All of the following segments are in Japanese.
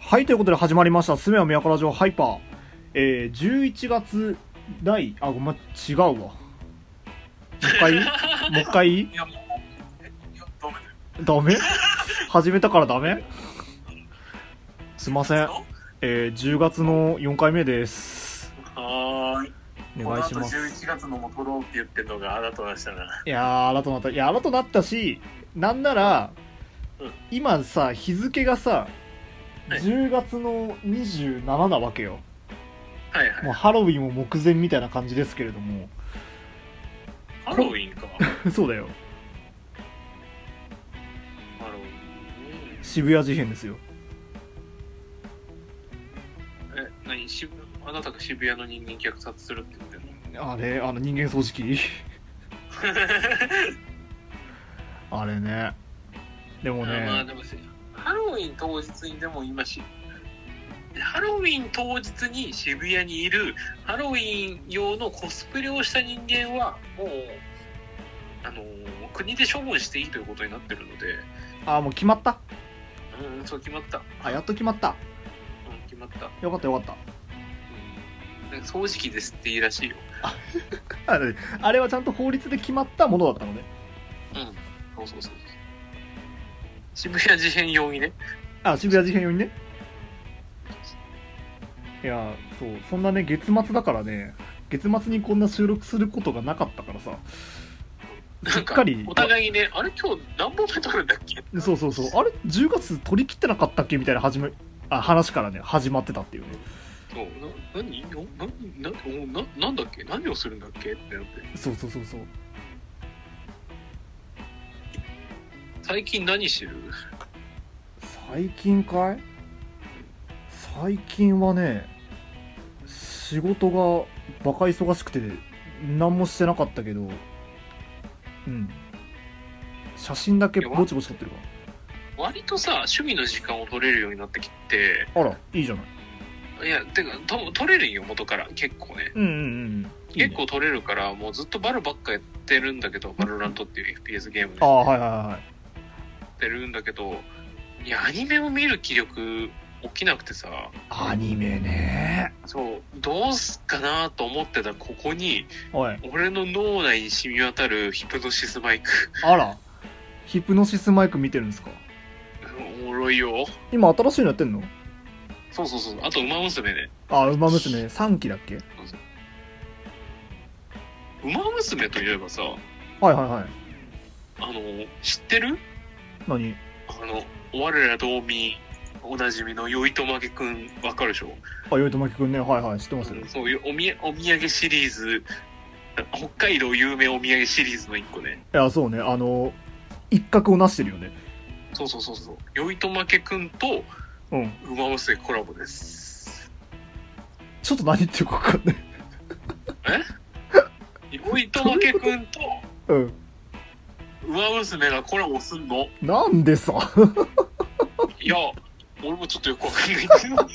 はい、ということで始まりました、すめはみやから城ハイパー。えー、11月第、あ、ごめん、違うわ。もう一 回もう一回いや、もう、いやダメだよ。ダメ始めたからダメすいません。えー、10月の4回目です。はーい。おこ願のいし後ます。 11月のも撮ろうって言ってるのがあなたでしたな。いやー、新となった。いや、新となったし、なんなら、うん今さ、日付がさ、はい10月の27なわけよ。はいはもうい。ハロウィンも目前みたいな感じですけれども。ハロウィンか。 そうだよ。ハロウィ渋谷事変ですよ。ン。え、何渋あなたが渋谷の人間虐殺するって言ってんのあれ、あの人間掃除機。 あれね。でもまあね、でもせハロウィン当日にでも今しハロウィン当日に渋谷にいるハロウィン用のコスプレをした人間はもうあの国で処分していいということになってるのであ、もう決まった。うんそう決まった、あ、やっと決まった。うん、決まった、よかったよかっうん、なんか掃除機ですっていいらしいよた。あれあれはちゃんと法律で決まったものだったのね。うんそうそうそうそう渋谷事変用にねあ、渋谷事変用にね。いや、そう、そんなね、月末だからね、月末にこんな収録することがなかったからさ、なすっんかりお、互いにねあれ今日何本目取るんだっけそうそうそう、あれ、10月取り切ってなかったっけみたいな始め、あ、話からね、始まってたっていうね。そうな何よななななんだっけ何をするんだっけってなってそうそうそうそう。最近何してる最近かい最近はね仕事がバカ忙しくて何もしてなかったけどうん写真だけぼちぼち撮ってるか割とさ趣味の時間を取れるようになってきてらあらいいじゃないいやてかと取れるんよ元から結構ねうんうんうんいいね結構取れるからもうずっとバルばっかやってるんだけどバルラントっていう FPS ゲームであやあはいはいはってるんだけどいやアニメを見る気力起きなくてさいアニメねそうどうすっかなと思ってたここにおい俺の脳内に染み渡るヒプノシスマイクあらヒプノシスマイク見てるんですかおもろいよ今新しいのやってんのそうそうそうあと「ウマ娘」ねあウマ娘3期だっけ「ウマ娘」といえばさはいはいはいあの知ってる何あの、我ら同民、おなじみのよいとまげくん、わかるでしょあよいとまきくんねはいはい知ってますよそういうおみやお土産シリーズ、北海道有名お土産シリーズの一個ね。いや、そうね、あの、一角をなしてるよね。そうそうそうそう。よいとまげくんと、うん。ウマ娘コラボです。ちょっと何言ってるか分かんない。 よいとまげくんと、うん。ウマ娘がコラボすんのなんでさ、 いや、俺もちょっとよくわかんない けど。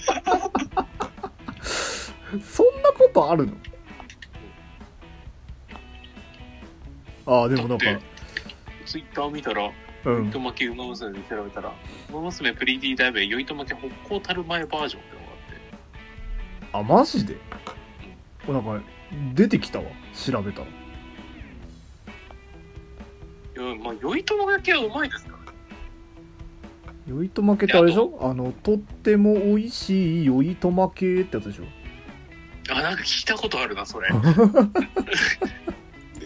そんなことあるのああ、でもなんかだっ、ツイッター見たら、うよいん。とまけウマ娘で調べたら、ウマ娘プリティダイブへよいとまけ北高たる前バージョンってのがあって。あ、マジでおなんか、出てきたわ、調べたら。いやまあ、酔いともがけはうまいですからね。酔いとまけってあれでしょあの、とっても美味しい酔いとまけってやつでしょあ、なんか聞いたことあるな、そ れ。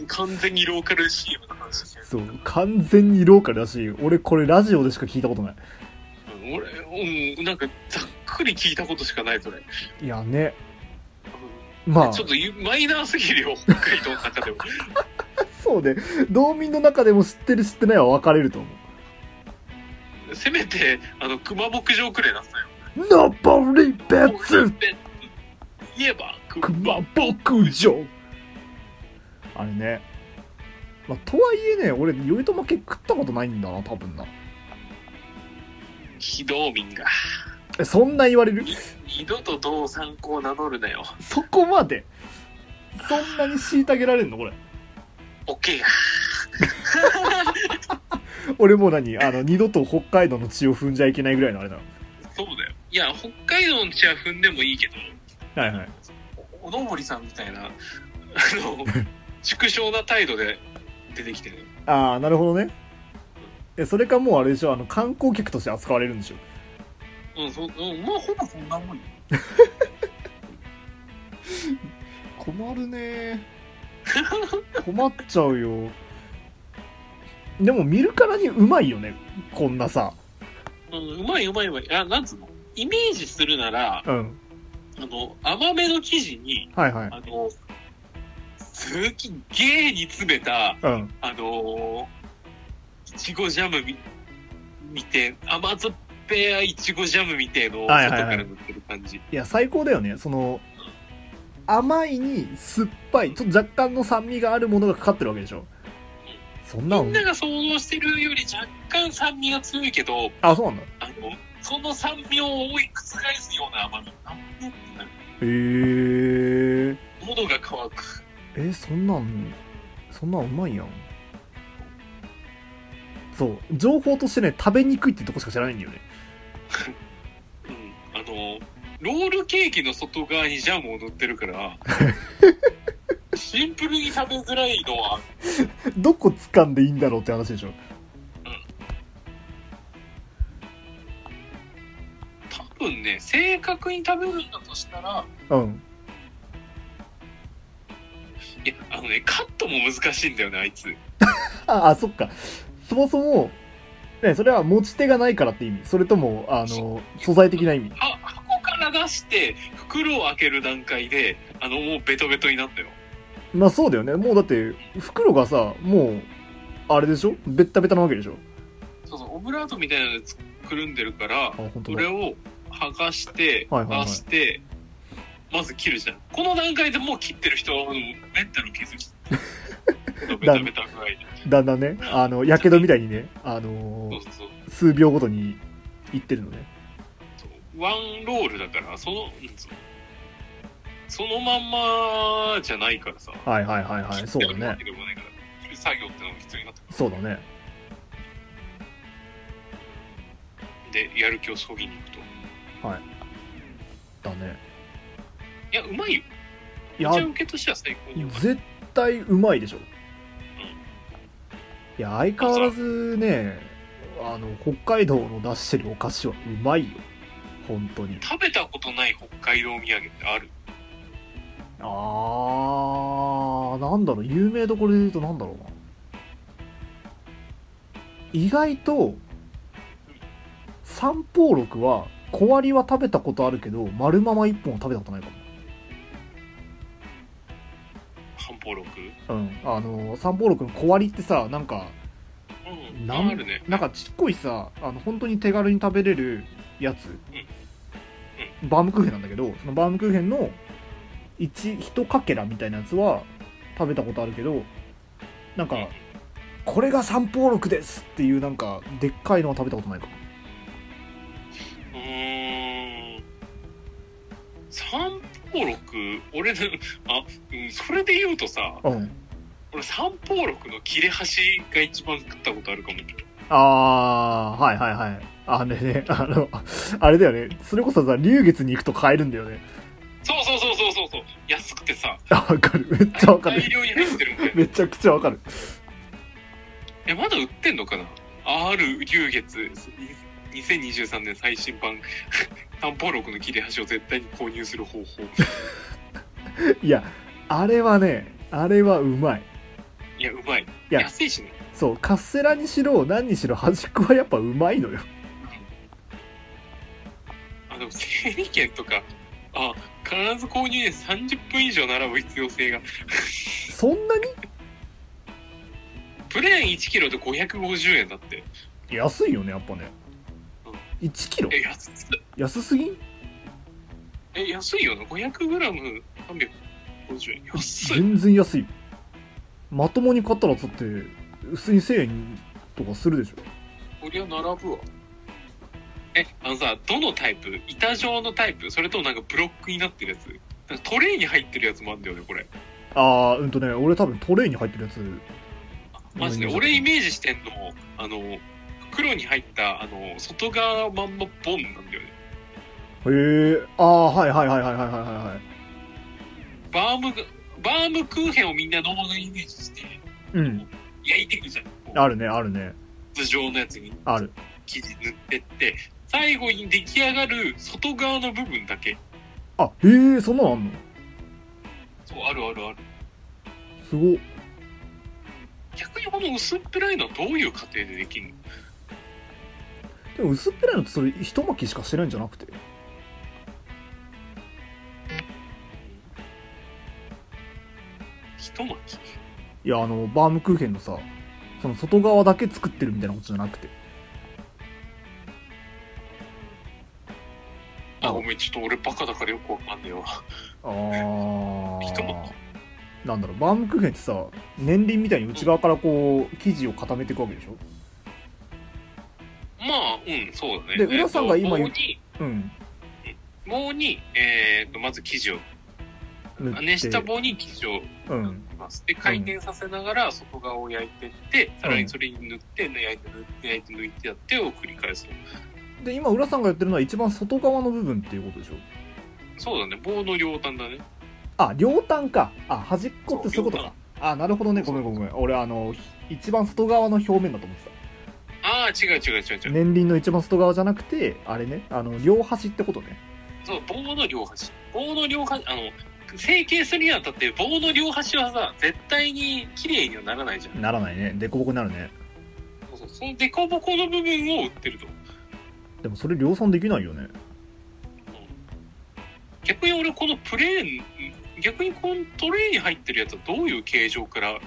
完全にローカル CM の話してる。そう、完全にローカルだし、俺これラジオでしか聞いたことない。うん俺、うん、なんかざっくり聞いたことしかない、それ。いやね、まあちょ。っとゆマイナーすぎるよ、北海道の中でも。そうね道民の中でも知ってる知ってないは分かれると思せめて、あの、熊牧場くれなさいよ。うナポリベツ言えば、熊牧場あれね、まあ、とはいえね俺酔いと負け食ったことないんだな多分な非道民が。えそんな言われる二度と道参考を名乗るなよ。そこまでそんなに虐げられんのこれオッケーや。俺もう何あの二度と北海道の血を踏んじゃいけないぐらいのあれだそうだよ。いや、北海道の血は踏んでもいいけど、はいはいおのぼりさんみたいな、あの、縮小な態度で出てきてる。ああなるほどねえそれかもうあれでしょあの観光客として扱われるんでしょうん、そ、うん、まあ、ほぼそんなもんよ。困る ね困っちゃうよでも見るからにうまいよねこんなさうん、うまいうまいうまい。あ、なんつうのイメージするなら、うんあの、甘めの生地に、はいはいあの、すきゲーに詰めた、うんあのー、いちごジャムみ、見て、甘酸っぱいいちごジャムみてえのをはい外はいはいから塗ってる感じ。いや最高だよねその甘いに酸っぱいちょっと若干の酸味があるものがかかってるわけでしょそんなのみんなが想像してるより若干酸味が強いけど、あそうなんだへあの、その酸味を覆い覆すような甘み。甘みってなるえー、喉が渇く。えそんなんそんなんうまいやんそう情報としてね食べにくいってとこしか知らないんだよねうん。あの、ロールケーキの外側にジャムを塗ってる から、シンプルに食べづらいのは、どこ掴んでいいんだろうって話でしょ多分ね、正確に食べるんだとしたら、うんいや、あのね、カットも難しいんだよね、あいつ。ああそっかそもそもねそれは持ち手がないからって意味それともあの素材的な意味は箱から出して、袋を開ける段階で、あの、もうベトベトになったよ。まあそうだよねもうだって袋がさもうあれでしょベッタベタなわけでしょそうそう、オブラートみたいなのでくるんでるからあ、本当そだれを剥がして、はいはいはい出して、まず切るじゃん。この段階でもう切ってる人は、もうメンタル削って る。ベタベタ具合で。だんだんねあのやけどみたいにねあのそうーそう数秒ごとにいってるのねそう。ワンロールだから、その、なんつうのそのまんまじゃないからさ。はいはいはいはいそうだね切ってるわけでもないから切る作業ってのが必要になってくそうだねるんで、やる気をそぎに行くと。いだねや、うまいよ。いいやや、受けとしては最高にうまい。絶対うまいでしょいや相変わらずねあの北海道の出してるお菓子はうまいよ本当に食べたことない北海道土産ってあるあーなんだろう有名どころで言うとなんだろうな意外と三宝六は小割りは食べたことあるけど丸まま一本は食べたことないかも半方六うんあの三宝六の小割りってさなんかうんなんあるねなんかちっこいさあの本当に手軽に食べれるやつ、バームクーヘンなんだけどそのバームクーヘンの 1, 1かけらみたいなやつは食べたことあるけどなんうんかこれが三宝六ですっていうなんかでっかいのは食べたことないかもうーん三方六俺のあ、うん、それで言うとさうん俺三方六の切れ端が一番食ったことあるかもあーはいはいはいあれねあのあれだよねそれこそさ龍月に行くと買えるんだよね そうそうそうそうそうそう安くてさあわかるめっちゃわか大る量に入ってるんだよめちゃくちゃわかるえまだ売ってんのかな R 流月2023年最新版 三方六の切れ端を絶対に購入する方法いやあれはねあれはうまいいやうまいいや安いしねそうカステラにしろ何にしろ端っこはやっぱうまいのよあでも整理券とかあ必ず購入で30分以上並ぶ必要性がそんなにプレーン1キロで550円だって安いよねやっぱね1キロえ安っ安すぎんえ安いよな 500g350 円安い全然安いまともに買ったらだって普通に1000円とかするでしょこりゃ並ぶわえあのさどのタイプ板状のタイプそれともなんかブロックになってるやつなんかトレイに入ってるやつもあるんだよねこれああうんとね俺多分トレイに入ってるやつマジでうん俺イメージしてんのあの袋に入ったあの外側まんまボンなんだよねえああはいはいはいはいはいはいはいバームがバームクーヘンをみんな動画イメージしてうん焼いていくじゃんこうあるねあるね筒状のやつにある生地塗ってって最後に出来上がる外側の部分だけあへえそんなのあんのそうあるあるあるすごっ逆にこの薄っぺらいのはどういう過程でできるのでも薄っぺらいのってそれ一巻きしかしてないんじゃなくて一巻きいやあのバームクーヘンのさその外側だけ作ってるみたいなことじゃなくてあごめんちょっと俺バカだからよくわかんねえわああ一巻なんだろうバームクーヘンってさ年輪みたいに内側からこう生地を固めていくわけでしょまあうんそうだねで浦さんが今え言っうと棒にうん棒に、えー、とまず生地を塗って熱した棒に生地をうんます。で、回転させながら外側を焼いてって、さらにそれに塗って、ね、焼いて塗って、焼いて抜いてやってを繰り返す。で今浦さんがやってるのは一番外側の部分っていうことでしょそうだね、棒の両端だね。あ両端かあ端っこってそういうことそう両かあなるほどねごめんごめんごめん俺あのひ一番外側の表面だと思ってああ、違う違う違う違たう。年輪の一番外側じゃなくてあれねあの両端ってことねそう、棒の両端。棒の両端、あの、成形するにあたって棒の両端はさ、絶対に綺麗にはならないじゃん。ならないね凸凹になるねそうそうその凸凹の部分を売ってると。でもそれ量産できないよね逆に俺このプレーン逆にこのトレーに入ってるやつはどういう形状から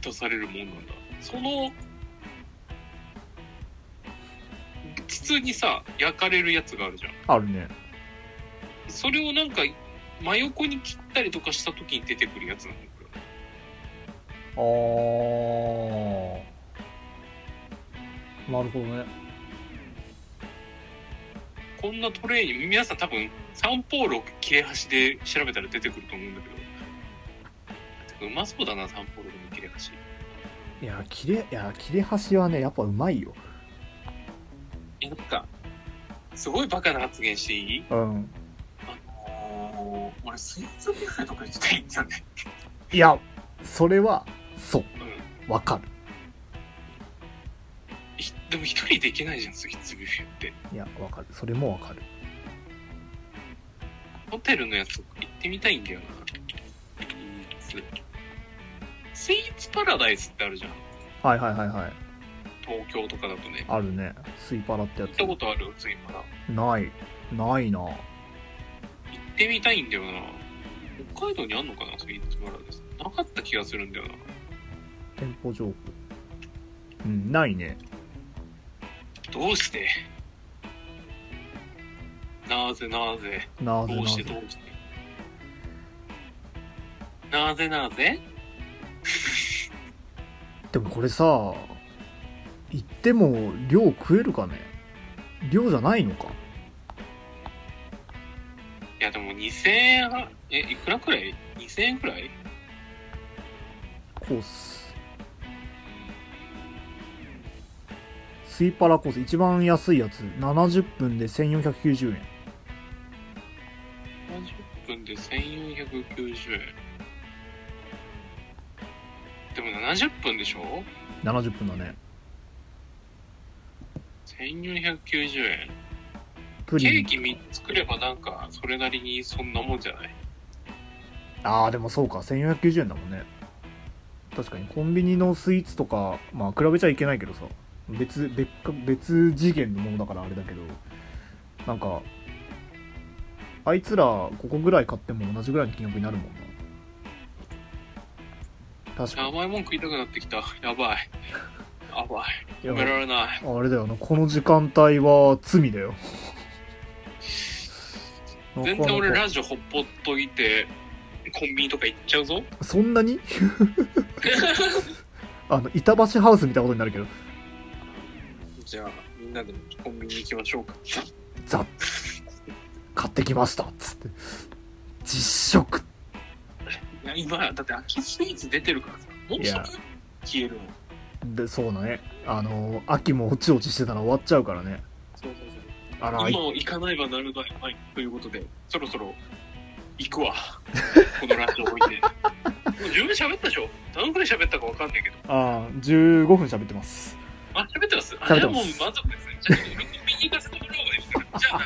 出されるもんなんだその筒にさ焼かれるやつがあるじゃんあるねそれをなんか真横に切ったりとかした時に出てくるやつなのこれあーなるほどねこんなトレーに皆さん多分三方六切れ端で調べたら出てくると思うんだけどてかうまそうだな三方六の切れ端いや切れいや切れ端はねやっぱうまいよえなんかすごいバカな発言していいうんあのー、俺スイーツビュッフェとか行きたいんだよねいやそれはそうわかるひでも一人で行けないじゃんスイーツビュッフェっていやわかるそれもわかるホテルのやつとか行ってみたいんだよなスイーツスイーツパラダイスってあるじゃんはいはいはいはい東京とかだとねあるねスイパラってや行ったこつとあるスイパラ行ないないなってみたいんだよな北海道にあんのかなスイーツパラダイスなかった気がするんだよな店舗情報うんないねどうしてなぜなぜなぜどなうしてぜどうしてなぜなぜ でもこれさ行っても量食えるかね量じゃないのかいやでも2000円はえいくらくらい2000円くらいコーススイパラコース一番安いやつ70分で1490円70分で1490円でも70分でしょ70分だね1490円プケリーンキ3つ作ればなんかそれなりにそんなもんじゃないああでもそうか1490円だもんね確かにコンビニのスイーツとかまあ比べちゃいけないけどさ別別か別次元のものだからあれだけどなんかあいつら5個ぐらい買っても同じぐらいの金額になるもんな確かに甘いもん食いたくなってきたやばいやばいいややめられないあれだよな、この時間帯は罪だよ。 全然俺なかラジオほっぽっといてコンビニとか行っちゃうぞなかそんなに あの、板橋ハウスみたいなことになるけど、じゃあ、みんなでコンビニ行きましょうか。ザッ、買ってきましたっつって。実食いや、今、だって秋スイーツ出てるからさ、もういすぐや消えるの。で、そうだね。あの、秋もオチオチしてたら終わっちゃうからね。そうあら、今い行かないばなるまい、はい、ということで、そろそろ行くわ。このラジオ置いて。もう十分喋ったでしょ何分喋ったかわかんないけど。あー15分喋ってます。あ、喋ってますあ、喋っじてゃあもまうす満足ですね。じゃあ、コンビニ行かせてもらおうがいいですから。じゃあ、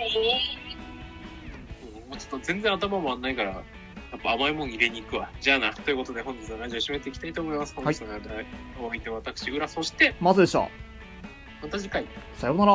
お ーもうちょっと全然頭もあんないから、やっぱ甘いもん入れに行くわ。じゃあな。ということで、本日のラジオ締めていきたいと思います。本日のラジオお相手は私、浦、そして、まずでした。また次回。さようなら。